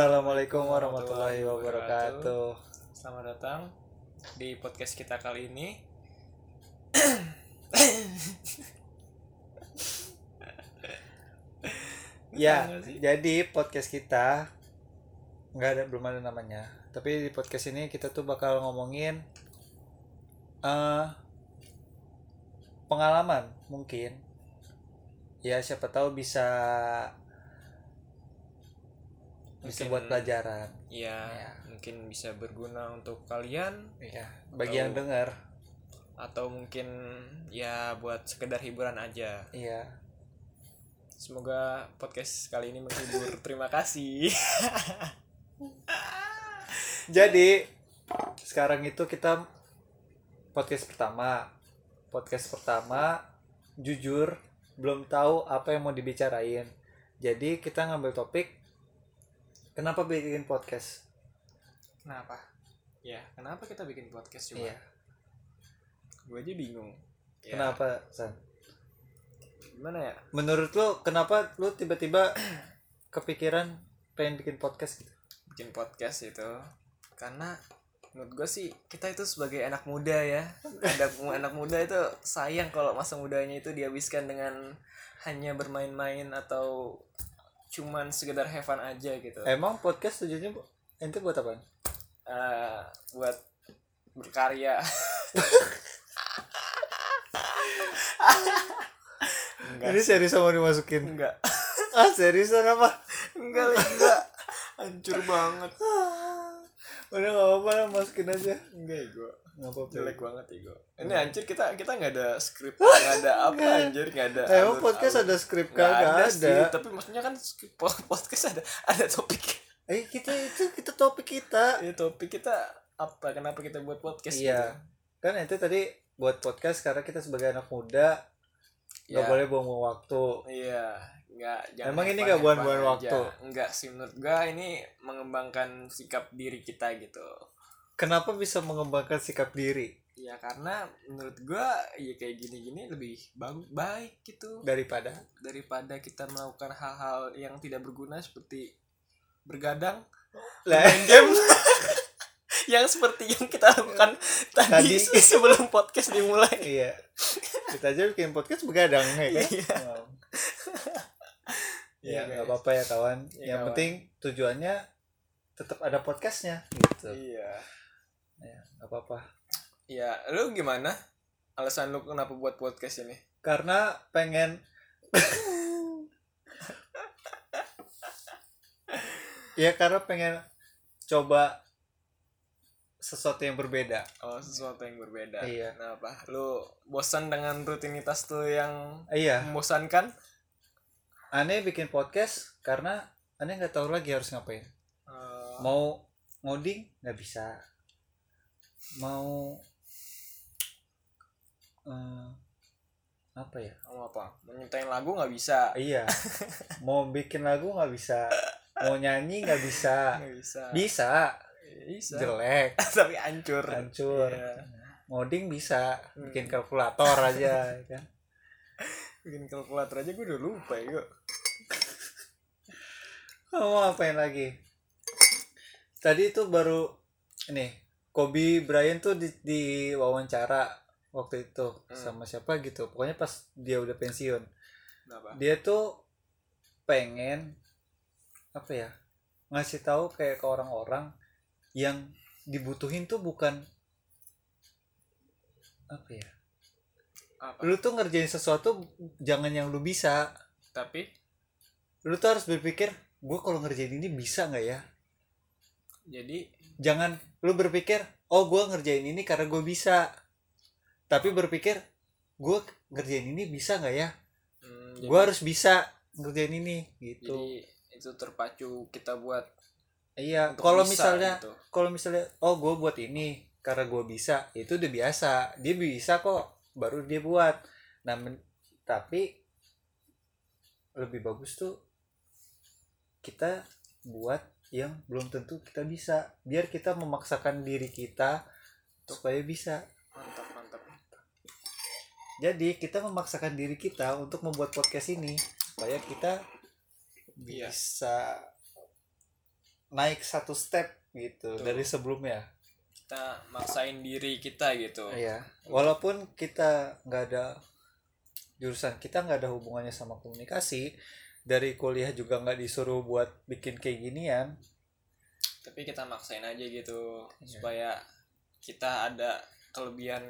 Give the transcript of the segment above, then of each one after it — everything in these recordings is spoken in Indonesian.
Assalamualaikum warahmatullahi wabarakatuh. Selamat datang di podcast kita kali ini. Ya, Tahu nggak sih? jadi podcast kita nggak ada belum ada namanya. Tapi di podcast ini kita tuh bakal ngomongin eh pengalaman mungkin. Ya siapa tahu bisa bisa Mungkin- buat pelajaran. Ya, Ya. mungkin bisa berguna untuk kalian Ya, bagi Atau- yang dengar, atau mungkin ya buat sekedar hiburan aja. iya. Semoga podcast kali ini menghibur. Terima kasih. Jadi sekarang itu kita podcast pertama. Podcast pertama jujur belum tahu apa yang mau dibicarain. Jadi kita ngambil topik kenapa bikin podcast. Kenapa? Ya, kenapa kita bikin podcast Iya. juga? Gue aja bingung. Ya, Kenapa, San? Gimana ya? Menurut lu kenapa lu tiba-tiba kepikiran pengen bikin podcast gitu? bikin podcast itu karena menurut gue sih kita itu sebagai anak muda ya anak anak muda itu sayang kalau masa mudanya itu dihabiskan dengan hanya bermain-main atau cuman sekedar have fun aja gitu Emang podcast tujuannya bu- ente buat apa? Eh, buat berkarya Enggak Ini serius mau dimasukin. enggak Ah, seriusan apa? enggak Li, enggak hancur banget Udah gak apa-apa lah, masukin aja. enggak gue Gak apa-apa. jelek banget ego ini Iya. anjir kita kita nggak ada skrip nggak ada apa Nggak. anjir nggak ada Eh, Emang alur- podcast alur. ada skrip nggak kagak ada, ada. sih tapi maksudnya kan skrip- po- podcast ada ada topik Eh kita itu kita topik kita. ya topik kita apa kenapa kita buat podcast gitu? Iya. Kan itu tadi buat podcast karena kita sebagai anak muda gitu? nggak Ya, boleh buang-buang waktu. iya nggak jangan Emang ini hepan-hepan nggak buang-buang aja. waktu? nggak sih menurut gua ini mengembangkan sikap diri kita gitu Kenapa bisa mengembangkan sikap diri ya karena menurut gua ya kayak gini-gini lebih bagus baik gitu daripada daripada kita melakukan hal-hal yang tidak berguna seperti bergadang lah game yang seperti yang kita lakukan tadi, Tadi. sebelum podcast dimulai. iya. Kita aja bikin podcast begadang ya kan. Iya. Wow. Ya Iya, nggak guys. apa-apa ya kawan. Iya, Yang kawan. penting tujuannya tetap ada podcastnya gitu. Iya. Gak apa-apa. Ya, lu gimana? Alasan lu kenapa buat podcast ini? Karena pengen ya karena pengen coba sesuatu yang berbeda Oh, sesuatu yang berbeda. Iya. Kenapa? Lu bosan dengan rutinitas tuh yang iya membosankan? aneh bikin podcast karena aneh nggak tahu lagi harus ngapain Eh, mau ngoding nggak bisa mau eh, apa ya mau apa? Menyantain lagu nggak bisa. iya mau bikin lagu nggak bisa mau nyanyi nggak bisa Nggak bisa. bisa Bisa. jelek Tapi hancur. hancur Iya. ngoding bisa Hmm. bikin kalkulator aja ya kan Bikin kalkulator aja gue udah lupa ya. gua. Oh, mau ngapain lagi tadi itu baru ini Kobe Bryant tuh di, di wawancara waktu itu Hmm. sama siapa gitu pokoknya pas dia udah pensiun Kenapa? dia tuh pengen apa ya ngasih tahu kayak ke orang-orang yang dibutuhin tuh bukan apa ya Apa? lu tuh ngerjain sesuatu jangan yang lu bisa Tapi lu tuh harus berpikir gue kalau ngerjain ini bisa nggak ya jadi jangan lu berpikir oh gue ngerjain ini karena gue bisa tapi berpikir gue ngerjain ini bisa nggak ya hmm, jadi- gue harus bisa ngerjain ini gitu jadi itu terpacu kita buat iya untuk kalau bisa misalnya gitu. kalau misalnya oh gue buat ini karena gue bisa ya itu udah biasa dia bisa kok baru dia buat nah men- tapi lebih bagus tuh kita buat yang belum tentu kita bisa biar kita memaksakan diri kita supaya bisa mantap mantap jadi kita memaksakan diri kita untuk membuat podcast ini supaya kita Iya. bisa naik satu step gitu Betul. dari sebelumnya kita maksain diri kita gitu Iya. Walaupun kita nggak ada jurusan kita nggak ada hubungannya sama komunikasi, dari kuliah juga nggak disuruh buat bikin kayak ginian. tapi kita maksain aja gitu Iya. supaya kita ada kelebihan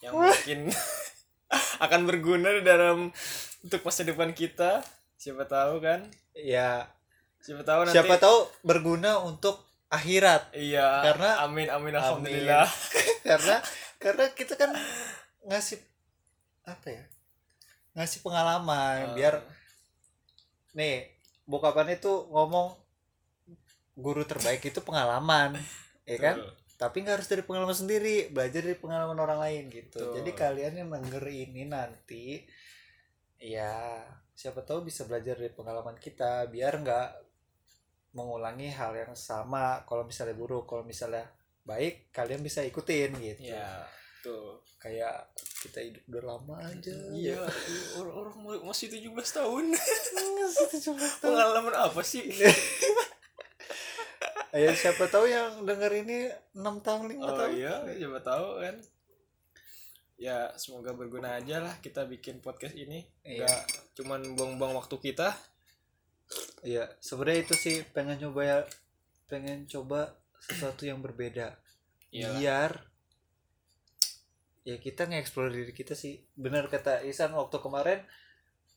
yang mungkin akan berguna di dalam untuk masa depan kita siapa tahu kan Ya, siapa tahu Oh, nanti siapa tahu berguna untuk akhirat. iya Karena- amin amin Amin. alhamdulillah karena karena kita kan ngasih apa ya? Ngasih Ah. pengalaman biar nih bokapan itu ngomong guru terbaik itu pengalaman, ya kan? tapi nggak harus dari pengalaman sendiri belajar dari pengalaman orang lain gitu Betul. jadi kalian yang denger ini nanti ya siapa tahu bisa belajar dari pengalaman kita biar nggak mengulangi hal yang sama kalau misalnya buruk kalau misalnya baik kalian bisa ikutin gitu ya tuh kayak kita hidup udah lama aja iya orang-orang ma- masih 17 tahun Masih 17 tahun. pengalaman apa sih Iya, ya siapa tahu yang denger ini 6 tahun 5 oh tahun iya siapa tahu kan ya semoga berguna aja lah kita bikin podcast ini Iya. nggak cuman buang-buang waktu kita Iya, sebenarnya itu sih pengen coba ya, pengen coba sesuatu yang berbeda. Iyalah. Biar ya kita nge-explore diri kita sih. Benar kata Isan waktu kemarin.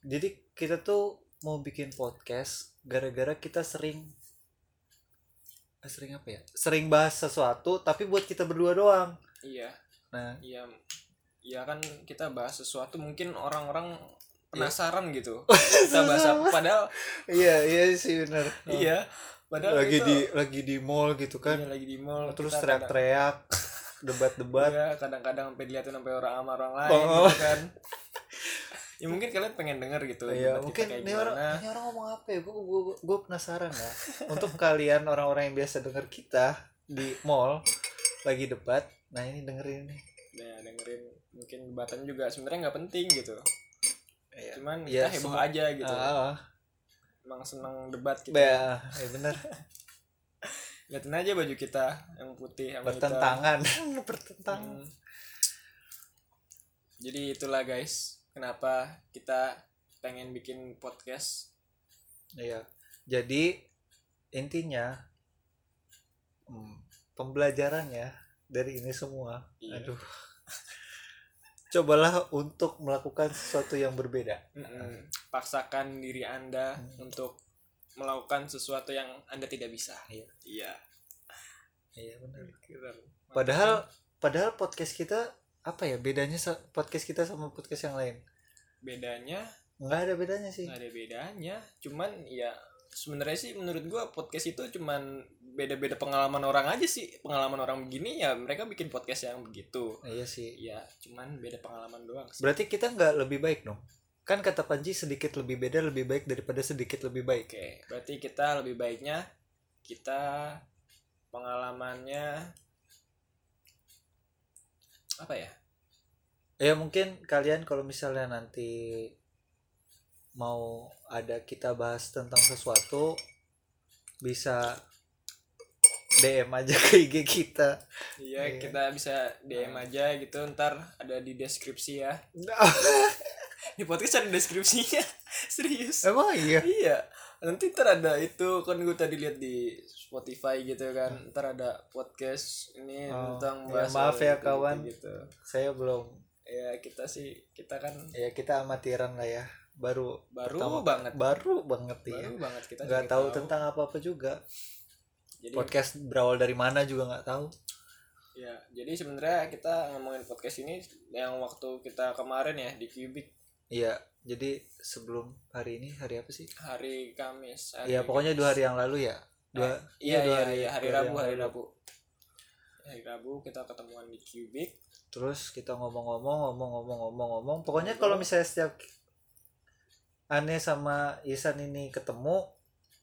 Jadi kita tuh mau bikin podcast gara-gara kita sering sering apa ya? Sering bahas sesuatu tapi buat kita berdua doang. iya Nah, iya iya kan kita bahas sesuatu mungkin orang-orang penasaran gitu kita bahas apa padahal iya iya sih benar. iya padahal Lagi itu- di lagi di mall gitu iya, kan. lagi di mall Terus kita kadang- teriak-teriak, debat-debat. Iya, kadang-kadang sampai diliatin sampai orang sama orang lain Oh. gitu kan. ya mungkin kalian pengen denger gitu. Iya, debat kita mungkin kayak ini orang, gimana. ini orang ngomong apa ya? Gue gue gue penasaran ya. Untuk kalian orang-orang yang biasa denger kita di mall lagi debat, nah ini dengerin nih. Nah, dengerin mungkin debatan juga sebenarnya nggak penting gitu. Iya. Cuman Iya, kita heboh semua- aja gitu. Ah, Emang senang debat gitu. ya, ya bener Liatin aja baju kita yang putih sama hitam. bertentangan, bertentangan. Hmm. Jadi itulah guys, kenapa kita pengen bikin podcast. Iya. Jadi intinya hmm, pembelajarannya dari ini semua, Iya. aduh. Cobalah untuk melakukan sesuatu yang berbeda. Mm-mm. Nah, Paksakan diri Anda Hmm. untuk melakukan sesuatu yang Anda tidak bisa. Iya. Iya. Iya benar. Keren. Padahal padahal podcast kita apa ya bedanya sa- podcast kita sama podcast yang lain? bedanya Nggak ada bedanya sih. nggak ada bedanya. Cuman ya sebenarnya sih menurut gua podcast itu cuman beda-beda pengalaman orang aja sih. Pengalaman orang begini ya mereka bikin podcast yang begitu. Nah, iya sih. Iya, cuman beda pengalaman doang. sih. Berarti kita nggak lebih baik dong. Kan kata Panji sedikit lebih beda lebih baik daripada sedikit lebih baik. Oke, berarti kita lebih baiknya kita ya, pengalamannya apa ya? Ya mungkin kalian kalau misalnya nanti mau ada kita bahas tentang sesuatu bisa DM aja ke IG kita. Iya. Iya, Nah. kita bisa DM aja gitu ntar ada di deskripsi ya. Di podcast ada deskripsinya. Serius. Emang iya. Iya. Nanti ntar ada itu kan gue tadi lihat di Spotify gitu kan. Ntar ada podcast ini Hmm. Oh, tentang iya, bahasa maaf ya, gitu-gitu kawan. gitu. Saya belum Ya, kita sih kita kan ya kita amatiran lah ya. Baru baru Pertama- banget. baru banget ya Baru banget kita nggak juga tahu tentang apa apa juga Jadi podcast berawal dari mana juga nggak tahu Ya, jadi sebenarnya kita ngomongin podcast ini yang waktu kita kemarin ya di Cubic iya jadi sebelum hari ini hari apa sih hari Kamis. Hari ya pokoknya Kamis. dua hari yang lalu ya dua Iya, dua iya, iya, hari dua Rabu, yang hari lalu. Rabu. Hari Rabu kita ketemuan di Cubic. terus kita ngomong-ngomong ngomong-ngomong ngomong-ngomong pokoknya kalau misalnya setiap Ane sama Isan ini ketemu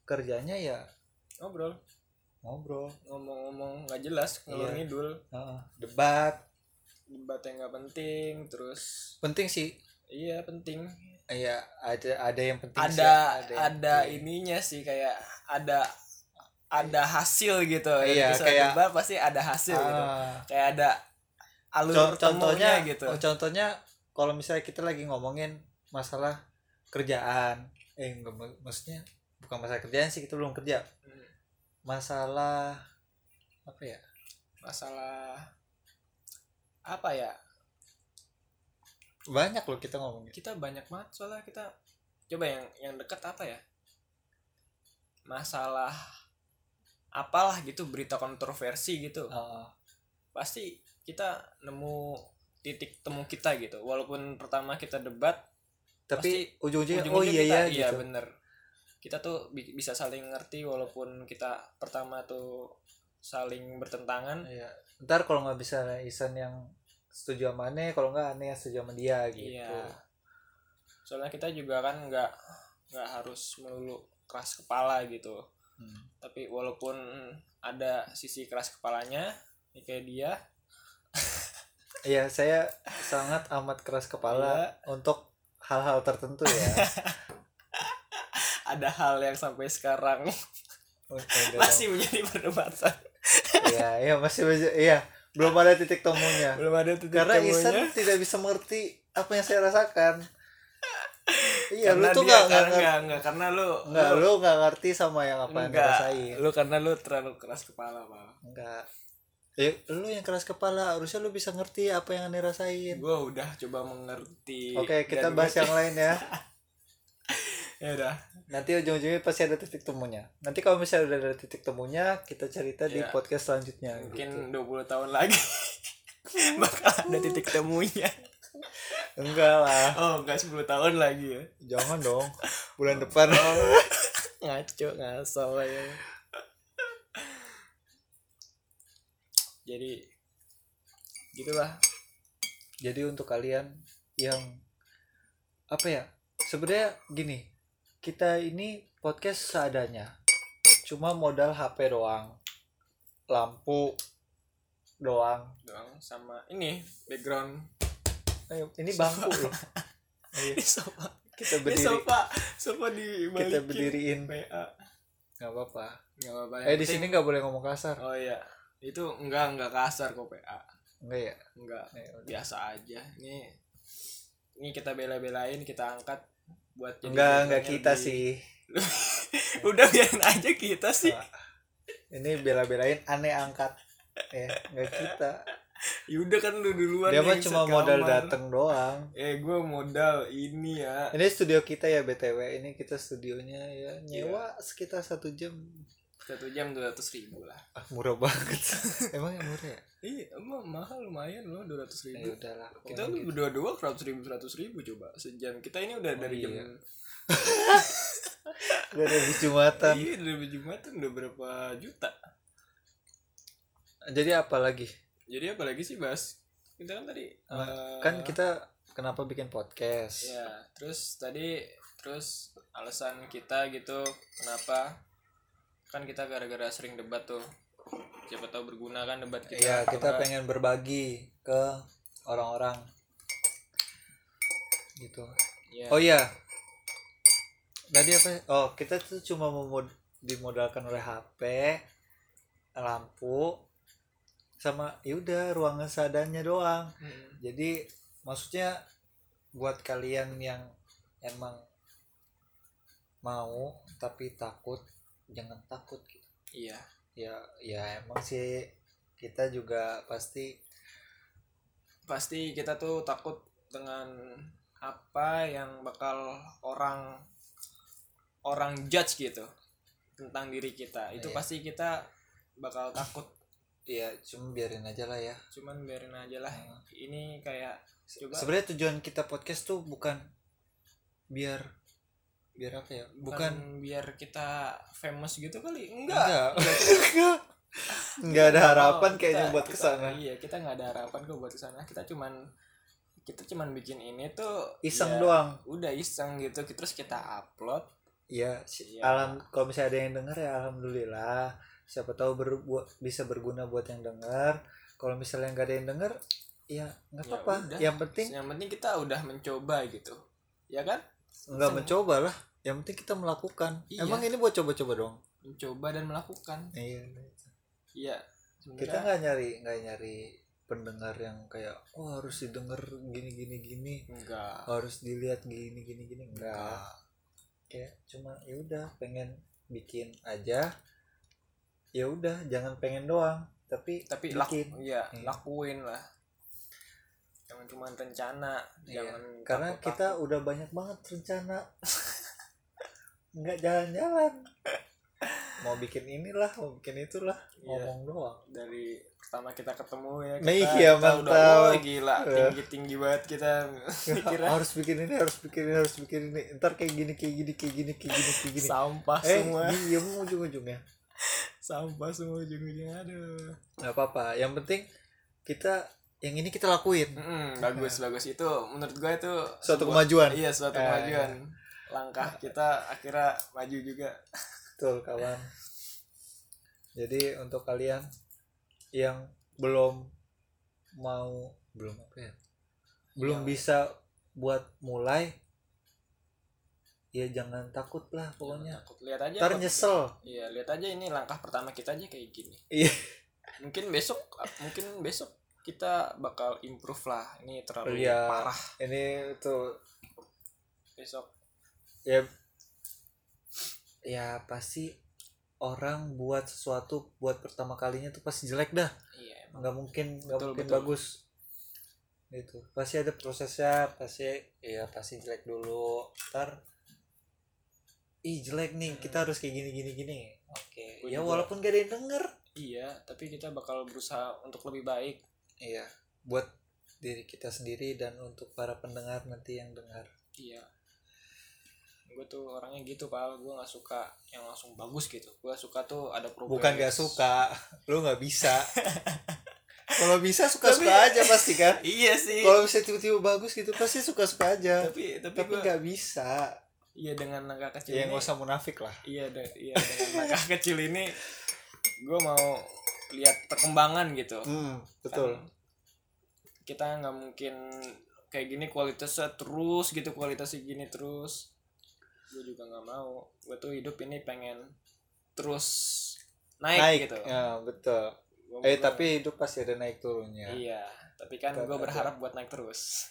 kerjanya ya Ngobrol, ngobrol ngomong-ngomong nggak jelas, Iya. ngalor ngidul, Heeh, debat debat yang nggak penting, terus penting sih iya penting. ya ada ada yang penting sih, Ada ada, yang penting. ininya sih kayak ada ada hasil gitu Iya, Dari kayak- debat pasti ada hasil gitu Ah. kayak ada Co- alur contohnya temunya gitu oh, contohnya kalau misalnya kita lagi ngomongin masalah kerjaan eh enggak, mak- maksudnya bukan masalah kerjaan sih kita belum kerja Hmm. masalah apa ya masalah apa ya banyak loh kita ngomongin kita banyak banget soalnya kita coba yang yang dekat apa ya masalah apalah gitu berita kontroversi gitu Ah, pasti kita nemu titik temu kita gitu walaupun pertama kita debat tapi ujung-ujungnya ujung oh iya kita, ya iya gitu bener kita tuh bi- bisa saling ngerti walaupun kita pertama tuh saling bertentangan Iya. ntar kalau nggak bisa Isan yang setuju sama aneh kalau nggak aneh yang setuju sama dia gitu Iya. soalnya kita juga kan nggak nggak harus melulu keras kepala gitu Hmm. tapi walaupun ada sisi keras kepalanya ya kayak dia Iya, saya sangat amat keras Iya. kepala untuk hal-hal tertentu ya ada hal yang sampai sekarang Oke, udah dong. masih menjadi perdebatan Iya, iya masih masih- iya, belum ada titik temunya. belum ada titik Karena temunya. Isan tidak bisa mengerti apa yang saya rasakan. Iya, karena lu tuh dia- nggak nggak karena ngerti, nggak nggak, karena lu nggak lu nggak ngerti sama yang apa yang Nggak. dirasain. lu karena lu terlalu keras kepala pak Enggak. Eh, lu yang keras kepala, harusnya lu bisa ngerti apa yang aneh rasain. gue udah coba mengerti Oke, kita Dan bahas gua- yang lain ya. ya udah Nanti ujung-ujungnya pasti ada titik temunya. Nanti kalau misalnya udah ada titik temunya, kita cerita di Iya. podcast selanjutnya. mungkin gitu. 20 tahun lagi bakal ada titik temunya Enggak lah, oh enggak 10 tahun lagi ya jangan dong. Bulan depan. Oh, ngaco ngasal ya jadi gitulah Jadi untuk kalian yang apa ya? Sebenarnya gini, kita ini podcast seadanya. Cuma modal HP doang. Lampu doang. doang sama ini background Ayo, Eh, ini bangku loh. ini sofa Kita ini berdiri, sofa sofa di kita berdiriin. PA nggak apa-apa. nggak apa-apa yang Eh di penting- sini nggak boleh ngomong kasar. oh iya itu enggak enggak kasar kok PA Enggak ya? enggak Eh, udah. biasa aja ini ini kita bela-belain kita angkat buat jadi Enggak, enggak konten kita lebih- sih. udah biarin aja kita sih Nah, Ini bela-belain aneh angkat. Eh, enggak kita. Yuda kan lu duluan Dia nih mah yang cuma set modal kamar. datang doang. eh gue modal ini ya Ini studio kita ya BTW, ini kita studionya ya nyewa sekitar satu jam. satu jam dua ratus ribu lah Ah, murah banget. Emang yang murah ya? iya emang mahal lumayan loh dua ratus Ya ribu udahlah. kita pokoknya gitu. berdua-dua seratus ribu seratus ribu coba sejam kita ini udah Oh, dari jam iya. Udah ada habis Jumatan. iya dari jam jumatan udah berapa juta Jadi apa lagi? jadi apalagi sih bas kita kan tadi eh, Kan kita kenapa bikin podcast? ya terus tadi terus alasan kita gitu kenapa kan kita gara-gara sering debat tuh siapa tahu berguna kan debat kita Ya, kita Karena- pengen berbagi ke orang-orang. Gitu. Iya. Oh iya. Tadi apa? Oh, kita tuh cuma memod- dimodalkan oleh HP, lampu, sama ya udah ruangan seadanya doang. Mm. Jadi maksudnya buat kalian yang emang mau tapi takut, jangan takut gitu. iya Ya ya emang sih kita juga pasti pasti kita tuh takut dengan apa yang bakal orang orang judge gitu tentang diri kita itu Iya. pasti kita bakal takut ya cuma biarin aja lah ya. cuman biarin aja lah ini kayak coba sebenarnya tujuan kita podcast tuh bukan biar biar apa ya bukan bukan biar kita famous gitu kali enggak enggak enggak enggak ada harapan Oh, kayaknya kita- buat kita- kesana iya kita nggak ada harapan kok buat kesana kita cuman kita cuman bikin ini tuh iseng ya, doang udah iseng gitu terus kita upload ya si- Iya. alam kalau misalnya ada yang denger ya alhamdulillah siapa tahu berbuat bisa berguna buat yang denger kalau misalnya nggak ada yang denger ya nggak Ya apa-apa udah. yang penting yang penting kita udah mencoba gitu ya kan nggak Sem- mencoba lah yang penting kita melakukan Iya. emang ini buat coba-coba dong mencoba dan melakukan Iya. iya Kita kan sebenarnya nggak nyari nggak nyari pendengar yang kayak oh harus didengar gini gini gini enggak harus dilihat gini gini gini enggak enggak kayak cuma ya udah pengen bikin aja ya udah jangan pengen doang tapi tapi bikin laku ya Iya. lakuin lah jangan cuma rencana Iya. jangan karena takut-takut. kita udah banyak banget rencana nggak jalan-jalan mau bikin inilah mau bikin itulah Iya. ngomong doang dari pertama kita ketemu ya Nah, kita, iya, kita udah mantap. wah, Iya. gila Oh, tinggi tinggi banget kita mikirnya harus bikin ini harus bikin ini harus bikin ini ntar kayak gini kayak gini kayak gini kayak gini kayak gini sampah eh semua diem ujung-ujungnya sampah semua ujung ujungnya aduh nggak apa-apa yang penting kita yang ini kita lakuin Mm-mm, bagus bagus itu menurut gue itu Iya. suatu Hmm. sebuah- kemajuan iya suatu Eh. kemajuan langkah kita akhirnya maju juga Betul kawan. Jadi untuk kalian yang belum mau belum apa ya? Belum Yang- bisa buat mulai ya jangan takut lah pokoknya. Takut. lihat aja Ntar kok. nyesel. iya lihat aja ini langkah pertama kita aja kayak gini Iya. mungkin besok mungkin besok kita bakal improve lah ini terlalu Iya. parah Ini tuh besok ya ya pasti orang buat sesuatu buat pertama kalinya tuh pasti jelek dah. iya emang nggak mungkin nggak Betul, mungkin betul. bagus itu pasti ada prosesnya pasti ya pasti jelek dulu ntar ih jelek nih kita harus kayak gini gini gini oke Hmm. Gua ya juga. walaupun gak ada yang denger iya tapi kita bakal berusaha untuk lebih baik iya buat diri kita sendiri dan untuk para pendengar nanti yang dengar iya gue tuh orangnya gitu pal gue nggak suka yang langsung bagus gitu gue suka tuh ada progres bukan gak suka lu nggak bisa kalau bisa suka suka Tapi- aja pasti kan iya sih kalau bisa tiba-tiba bagus gitu pasti suka suka aja tapi tapi, tapi gua- nggak bisa iya dengan langkah kecil ya ini nggak usah munafik lah iya de- iya dengan langkah kecil ini gue mau lihat perkembangan gitu hmm, betul Kan kita nggak mungkin kayak gini kualitasnya terus gitu kualitasnya gini terus gue juga nggak mau gue tuh hidup ini pengen terus naik, naik, gitu ya betul Gua- eh gua- tapi hidup pasti ada naik turunnya iya tapi kan Tetap gue ada. berharap buat naik terus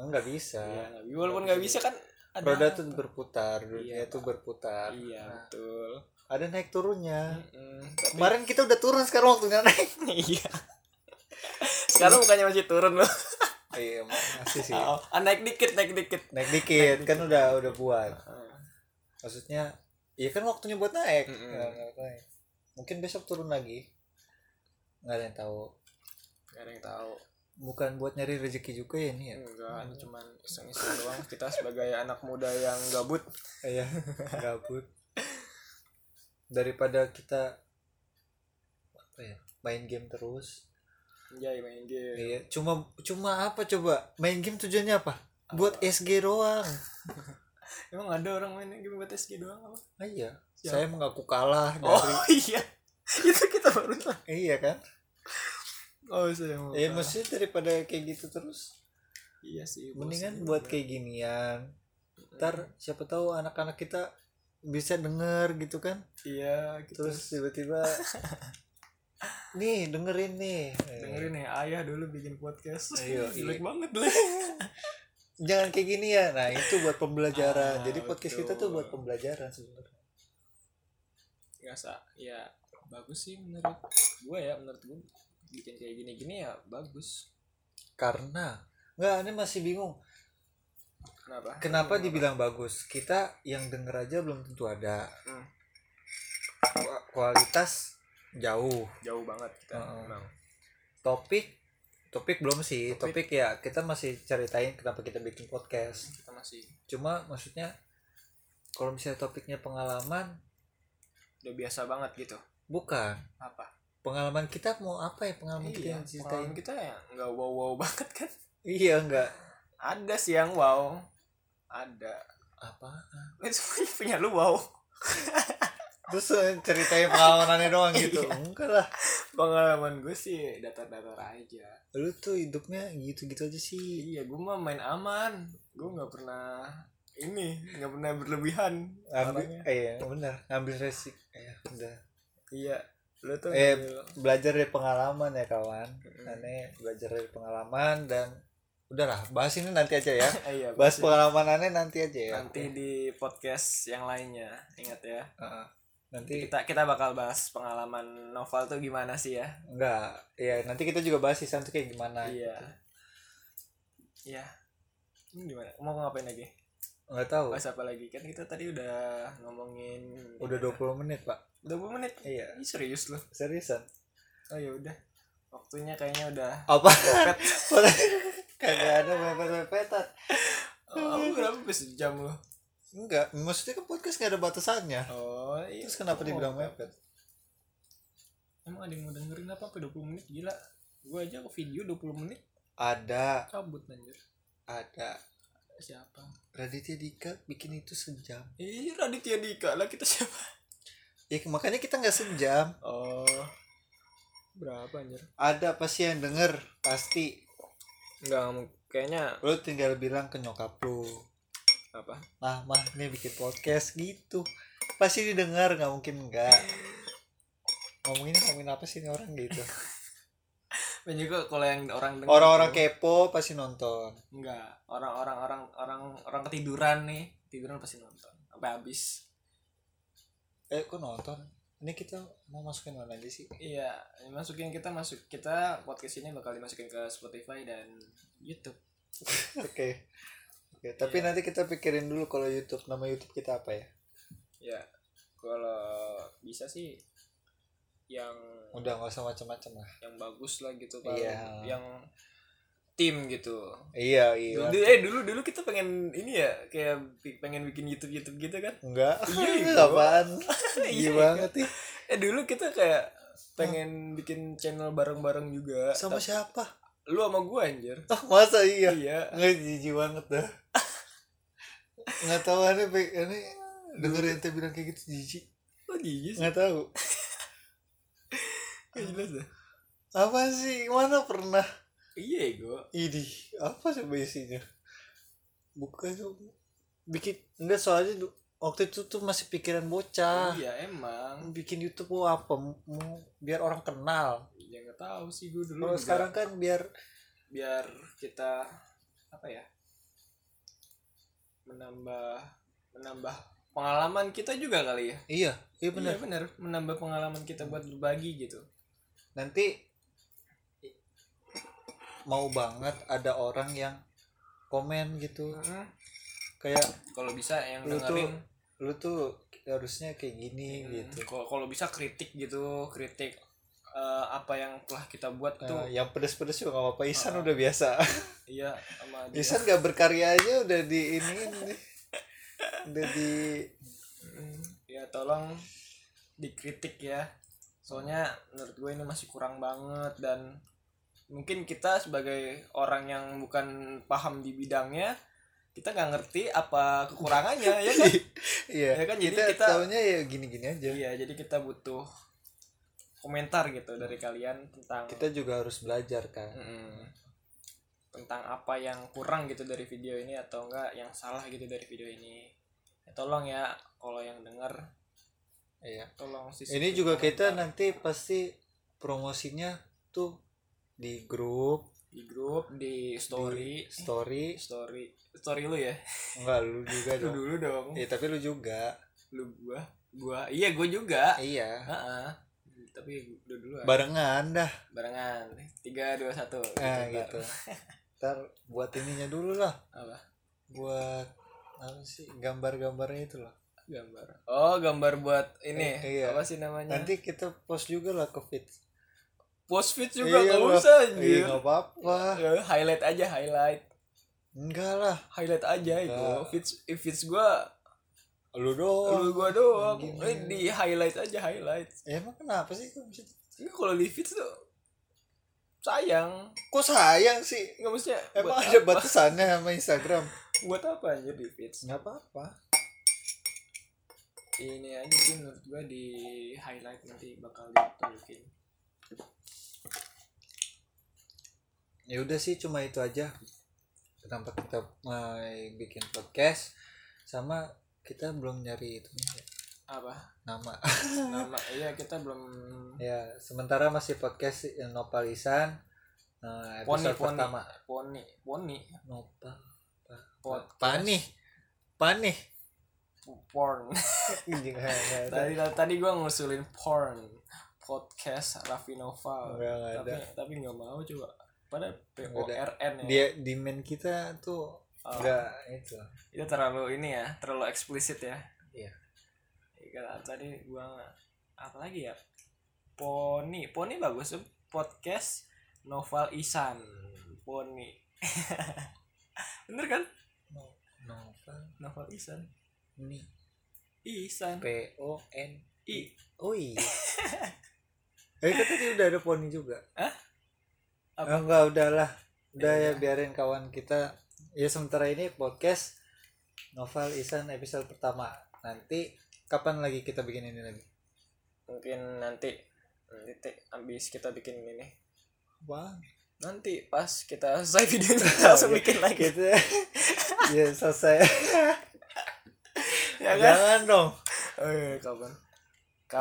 enggak Oh, bisa iya nggak- walaupun nggak bisa kan ada roda tuh berputar dunia Iya, tuh berputar iya Nah, betul ada naik turunnya Mm-mm, tapi- kemarin kita udah turun sekarang waktunya naik iya sekarang bukannya masih turun loh iya masih sih Oh, ah, naik dikit naik dikit naik dikit kan udah udah buat Ah, maksudnya iya kan waktunya buat naik Mm-mm. Ya, naik- naik. mungkin besok turun lagi nggak ada yang tahu nggak ada yang tahu bukan buat nyari rezeki juga ya ini ya Enggak, ini cuman iseng-iseng doang kita sebagai anak muda yang gabut. Iya, gabut. Daripada kita apa ya, main game terus. Anjay main game. Iya, cuma cuma apa coba? Main game tujuannya apa? Buat SG doang. Emang ada orang main game buat SG doang apa? Ah, iya, Siap. saya mengaku kalah dari Ya. Oh iya. Itu kita baru tahu. iya kan? Oh, saya mau. Iya, tahu. maksudnya daripada kayak gitu terus Iya sih. iya. mendingan buat kayak ginian. Ntar siapa tahu anak-anak kita bisa denger gitu kan. Iya, gitu. Terus tiba-tiba nih dengerin nih. dengerin ya ayah dulu bikin podcast. Iya, Jelek iya. banget lah. jangan kayak gini ya nah itu buat pembelajaran Ah, jadi podcast kita tuh betul. buat pembelajaran sebenarnya Enggak sa. Ya bagus sih menurut gue ya menurut gue bikin kayak gini-gini ya bagus. karena nggak ini masih bingung Kenapa? kenapa dibilang bagus kita yang denger aja belum tentu ada Hmm. Ku- kualitas jauh jauh banget kita? Heeh. emang. topik topik belum sih Topik. topik ya kita masih ceritain kenapa kita bikin podcast Kita masih cuma maksudnya kalau misalnya topiknya pengalaman udah biasa banget gitu. bukan Apa? pengalaman kita mau apa ya pengalaman kita iya, yang ceritain pengalaman kita ya nggak wow wow banget kan iya enggak ada sih yang wow ada apa itu punya lu wow terus eh, ceritain pengalamannya doang gitu Iya. enggak lah pengalaman gue sih datar-datar aja lu tuh hidupnya gitu-gitu aja sih iya gue mah main aman gue nggak pernah ini nggak pernah berlebihan Ngambil, orangnya. eh, iya, benar. Ngambil resik. Iya, udah. iya lo tuh Eh, ngambil- Belajar dari pengalaman ya kawan. Mm. Aneh belajar dari pengalaman dan udahlah bahas ini nanti aja ya. Ah, iya, Bahas pasti. pengalaman aneh nanti aja ya. nanti di podcast yang lainnya ingat ya Heeh. nanti kita kita bakal bahas pengalaman novel tuh gimana sih ya enggak ya nanti kita juga bahas sisaan tuh kayak gimana iya iya ini gimana mau ngapain lagi nggak tahu bahas apa lagi kan kita tadi udah ngomongin udah 20 menit pak udah 20 menit iya ini serius loh seriusan oh ya udah waktunya kayaknya udah apa mepet kagak ada mepet-mepetan oh, berapa bisa jam lo enggak maksudnya kan podcast gak ada batasannya oh iya terus kenapa Oh, dibilang mepet mepet. emang ada yang mau dengerin apa apa 20 menit gila gua aja ke video 20 menit ada kabut anjir ada siapa Raditya Dika bikin itu sejam ih Raditya Dika lah kita siapa ya makanya kita nggak sejam oh berapa anjir ada pasti yang denger pasti enggak mau- kayaknya lo tinggal bilang ke nyokap lo apa mah mah ini bikin podcast gitu pasti didengar nggak mungkin enggak ngomongin ngomongin apa sih ini orang gitu banyak kok kalau yang orang denger orang-orang tuh. kepo pasti nonton Enggak, orang-orang orang orang orang ketiduran nih, tiduran pasti nonton sampai habis. eh kok nonton ini kita mau masukin mana aja sih Iya, masukin kita masuk kita podcast ini bakal dimasukin ke Spotify dan YouTube. oke Oke, tapi Iya. nanti kita pikirin dulu kalau YouTube nama YouTube kita apa ya Ya, kalau bisa sih yang udah nggak usah macam-macam lah yang bagus lah gitu kan, Iya. yang tim gitu. iya iya Dulu, eh dulu dulu kita pengen ini ya kayak bi- pengen bikin YouTube YouTube gitu kan. enggak Iya, iya iya. apaan Iya, iya banget sih Eh dulu kita kayak pengen bikin channel bareng-bareng juga. sama Tapi- siapa lu sama gua anjir. ah masa iya Iya. nggak jijik banget dah nggak tahu aneh Pe. aneh denger ente bilang kayak gitu jijik Lo gigi sih. nggak tahu Gak jelas dah. apa sih mana pernah Iya gue. ini apa sih isinya bukan tuh bikin enggak soalnya du- waktu itu tuh masih pikiran bocah Iya emang. bikin YouTube mau apa mau biar orang kenal Ya nggak tahu sih gue dulu. kalau juga. sekarang kan biar biar kita apa ya menambah menambah pengalaman kita juga kali ya. iya iya Bener. benar Iya bener. Menambah pengalaman kita buat berbagi gitu. nanti mau banget ada orang yang komen gitu kayak Kalau bisa yang Lu tuh- dengerin lu tuh harusnya kayak gini hmm, gitu kalau kalau bisa kritik gitu kritik eh, apa yang telah kita buat Nah, tuh yang pedes-pedes juga gak apa-apa Isan Ah. udah biasa iya sama dia. Isan gak berkarya aja udah di ini udah di Mm, ya tolong dikritik ya soalnya menurut gue ini masih kurang banget dan mungkin kita sebagai orang yang bukan paham di bidangnya kita nggak ngerti apa kekurangannya ya kan iya Ya kan, jadi kita, kita- taunya ya gini-gini aja iya jadi kita butuh komentar gitu dari kalian tentang kita juga harus belajar kan Mm-mm. tentang apa yang kurang gitu dari video ini atau enggak yang salah gitu dari video ini Ya, tolong ya kalau yang dengar iya tolong sih ini juga kita nanti pasti promosinya tuh di grup di grup di story di story story story lu ya enggak lu juga lu dong dulu dong Iya tapi lu juga lu gua gua iya gua juga iya Heeh. tapi udah dulu ya barengan dah barengan tiga dua satu nah, Ntar. gitu ntar buat ininya dulu lah apa buat apa sih gambar-gambarnya itu loh gambar oh gambar buat ini Eh, iya. apa sih namanya nanti kita post juga lah ke feed post feed juga Iya, nggak Bro. usah Iya anjir nggak apa-apa Ya, highlight aja highlight enggak lah highlight aja Enggak. itu feeds eh, feeds gua lu doang lu gua doang Gini. Eh, Eh, di highlight aja highlight emang kenapa sih kok bisa ini kalau di feeds tuh sayang kok sayang sih nggak maksudnya emang buat ada apa? batasannya sama Instagram buat apa anjir di feeds nggak apa-apa ini aja sih menurut gua di highlight nanti bakal ditunjukin ya udah sih cuma itu aja kenapa kita eh, bikin podcast sama kita belum nyari itu apa nama nama iya kita belum ya sementara masih podcast eh, Nopalisan Eh, episode Poni, poni. pertama poni poni Nopal pot panih panih porn Anjing, nggak, nggak ada. tadi tadi gue ngusulin porn podcast Raffi Nggak, Nova nggak tapi ada tapi nggak mau coba pada P Nggak O ada. R N ya dia demand kita tuh Oh, nggak itu itu terlalu ini ya terlalu eksplisit ya Iya. Iya, tadi gua apa lagi ya poni poni bagus tuh. podcast novel isan poni bener kan Nopal novel isan nih isan P O N i Oh iya. eh kan tadi udah ada poni juga. Hah? Apa? Eh, enggak udahlah. Udah ya Ya biarin kawan kita. Ya sementara ini podcast Novel Isan episode pertama. Nanti kapan lagi kita bikin ini lagi? mungkin nanti nanti Ti, abis kita bikin ini Wah, nanti pas kita selesai video ini kita langsung bikin lagi gitu ya. ya selesai. ya kan Jangan dong. oh, iya, kapan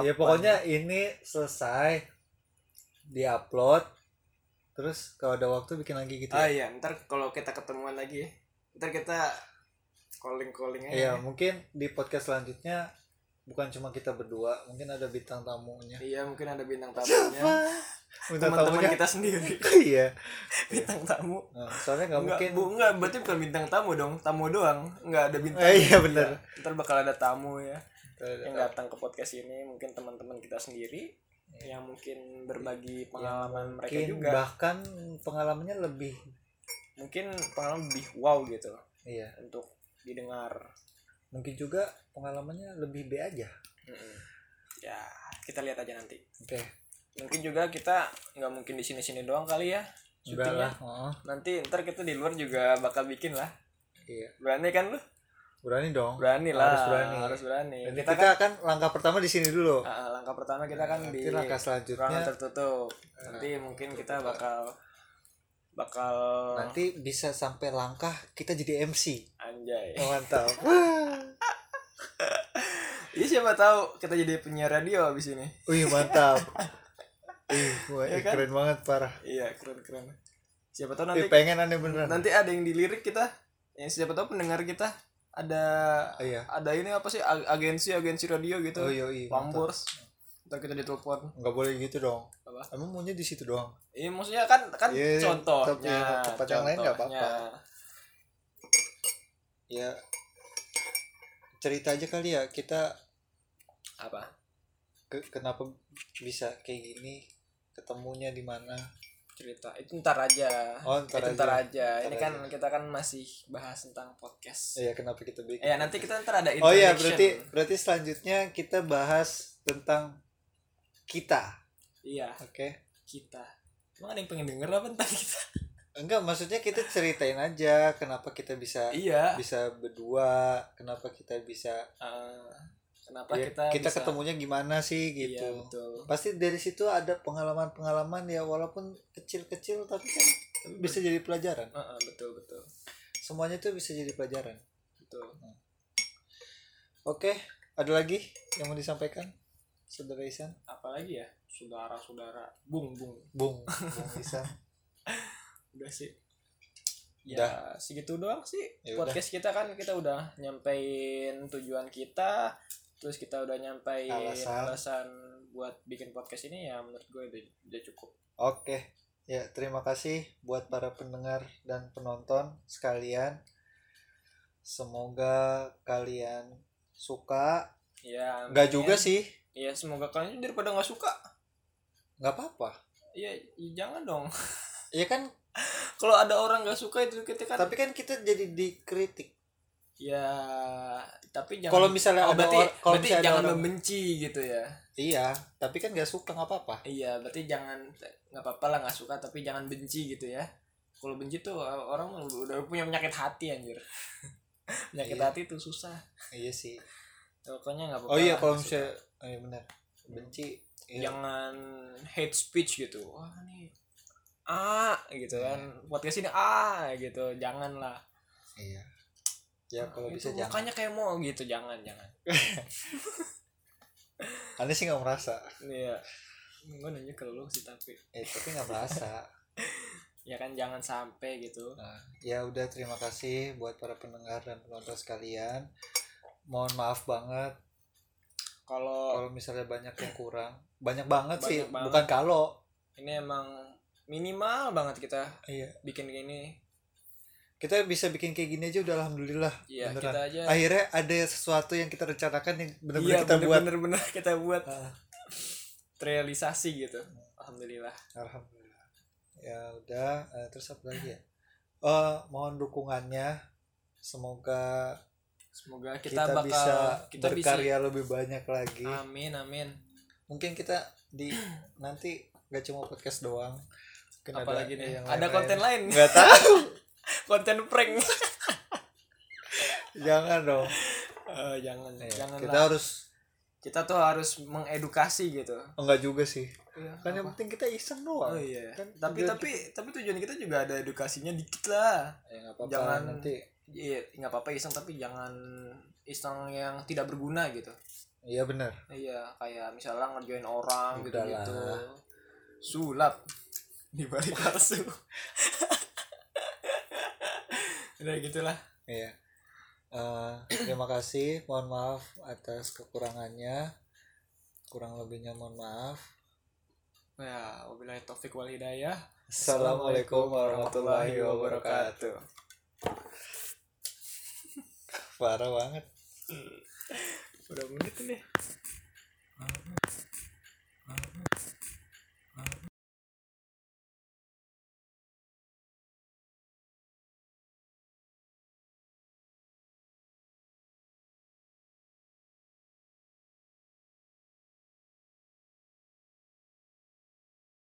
Ya pokoknya ini selesai diupload terus kalau ada waktu bikin lagi gitu. Ah Ya. iya, ntar kalau kita ketemuan lagi, ntar kita calling calling Iya, aja. mungkin di podcast selanjutnya bukan cuma kita berdua, mungkin ada bintang tamunya. Iya, mungkin ada bintang tamunya, Bintang teman-teman tamunya. kita sendiri iya. bintang tamu. Nah, soalnya nggak Enggak, mungkin. bu, enggak, berarti bukan bintang tamu dong, tamu doang, enggak ada bintang. Eh, iya, bener. Iya. Iya, Ntar bakal ada tamu ya eh, yang datang ke podcast ini, mungkin teman-teman kita sendiri yang mungkin berbagi pengalaman mereka Iya. Mungkin juga, bahkan pengalamannya lebih mungkin pengalaman lebih wow gitu iya, untuk didengar. mungkin juga pengalamannya lebih B aja. Mm-mm. Ya, kita lihat aja nanti. Oke. mungkin juga kita nggak mungkin di sini sini doang kali ya Enggak syutingnya lah. heeh. nanti ntar kita di luar juga bakal bikin lah Iya. berani kan lu Berani dong. berani lah Harus berani. harus berani Jadi kita, kita, kan kan langkah pertama di sini dulu. Ah, ah, langkah pertama kita kan Nanti di langkah ruangan selanjutnya Eh, tertutup nanti Nah, mungkin kita bakal bakal nanti bisa sampai langkah kita jadi MC. Eh. anjay Mantap. ya siapa tahu kita jadi penyiar radio abis ini Wih mantap. Ih, wah, ih, Ya kan? keren banget parah. iya keren keren siapa Ih, tahu nanti pengen aneh beneran. nanti ada yang dilirik kita yang siapa tahu pendengar kita ada Oh, iya. ada ini apa sih ag- agensi agensi radio gitu Oh iya, iya. mantap. Prambors atau kita ditelepon Nggak boleh gitu dong. Apa? Emang maunya di situ doang. ini maksudnya kan kan Iya, contohnya tapi yang tempat yang lain nggak apa-apa. contohnya. Ya cerita aja kali ya kita apa ke- kenapa bisa kayak gini ketemunya di mana cerita itu ntar aja oh ntar aja itu ntar aja Ntar ini kan aja. kita kan masih bahas tentang podcast Iya, kenapa kita bikin Eh, ya nanti kita ntar ada oh iya introduction. berarti berarti selanjutnya kita bahas tentang kita iya oke kita emang ada yang pengen denger apa ntar kita enggak maksudnya kita ceritain aja kenapa kita bisa iya bisa berdua kenapa kita bisa Eh, kenapa ya, kita kita, bisa- ketemunya gimana sih gitu iya betul pasti dari situ ada pengalaman-pengalaman ya walaupun kecil-kecil tapi kan bisa jadi pelajaran Eh, eh, betul betul semuanya tuh bisa jadi pelajaran betul oke ada lagi yang mau disampaikan saudara Isan apalagi ya saudara saudara bung bung bung bung Isan udah sih ya segitu doang sih Ya udah. podcast kita kan kita udah nyampein tujuan kita terus kita udah nyampein Alasan. alasan, buat bikin podcast ini ya menurut gue udah, udah cukup oke ya terima kasih buat para pendengar dan penonton sekalian semoga kalian suka ya nggak mungkin- juga sih ya semoga kalian daripada nggak suka nggak apa-apa ya, ya jangan dong ya kan kalau ada orang nggak suka itu kita kan tapi kan kita jadi dikritik ya tapi jangan kalau misalnya Oh, ada berarti, or- kalau berarti misalnya ada jangan orang- membenci gitu ya Iya, tapi kan gak suka nggak apa-apa. Iya, berarti jangan nggak apa-apa lah nggak suka tapi jangan benci gitu ya. Kalau benci tuh uh, orang mah udah punya penyakit hati anjir. penyakit Iya. hati tuh susah. Ya, Iya sih. Pokoknya nggak apa-apa. Oh iya lah, kalau nggak suka. misalnya, oh, iya benar. Benci. Iya. jangan hate speech gitu. Wah, nih ah gitu kan. Buat kesini ah gitu. Jangan lah. Iya. ya kalau bisa itu jangan mukanya kayak mau gitu jangan jangan anda sih nggak merasa iya gue nanya ke lu sih tapi eh tapi nggak merasa ya kan jangan sampai gitu Nah, ya udah terima kasih buat para pendengar dan penonton sekalian. Mohon maaf banget kalau kalau misalnya banyak yang kurang. Banyak banget Banyak sih, banget. bukan kalau. ini emang minimal banget kita Iya. bikin gini Kita bisa bikin kayak gini aja udah alhamdulillah. ya Beneran. kita aja Akhirnya ada sesuatu yang kita rencanakan yang benar-benar iya kita buat. bener-bener bener kita buat Ah, realisasi gitu alhamdulillah alhamdulillah. Ya udah, eh, terus apa lagi ya? Eh, mohon dukungannya. Semoga semoga kita, kita, bakal bisa kita Ah. berkarya lebih banyak lagi. bisa amin amin mungkin kita di nanti gak cuma podcast doang Mungkin apalagi yang nih ada lain-lain. konten lain nggak tahu konten prank jangan dong Eh, jangan Iya, jangan kita lah. harus kita tuh harus mengedukasi gitu enggak juga sih kan yang Apa? penting kita iseng oh doang iya Kan tapi tujuan tapi tapi tujuan kita juga ada edukasinya dikit lah ya, nggak apa-apa Jangan- nanti iya nggak apa-apa iseng tapi jangan iseng yang tidak berguna gitu iya benar iya kayak misalnya ngerjain orang gitu Udahlah. gitu sulap di balik palsu udah gitulah iya Eh, terima kasih mohon maaf atas kekurangannya kurang lebihnya mohon maaf ya wabillahi taufik wal hidayah assalamualaikum warahmatullahi wabarakatuh parah banget udah menit nih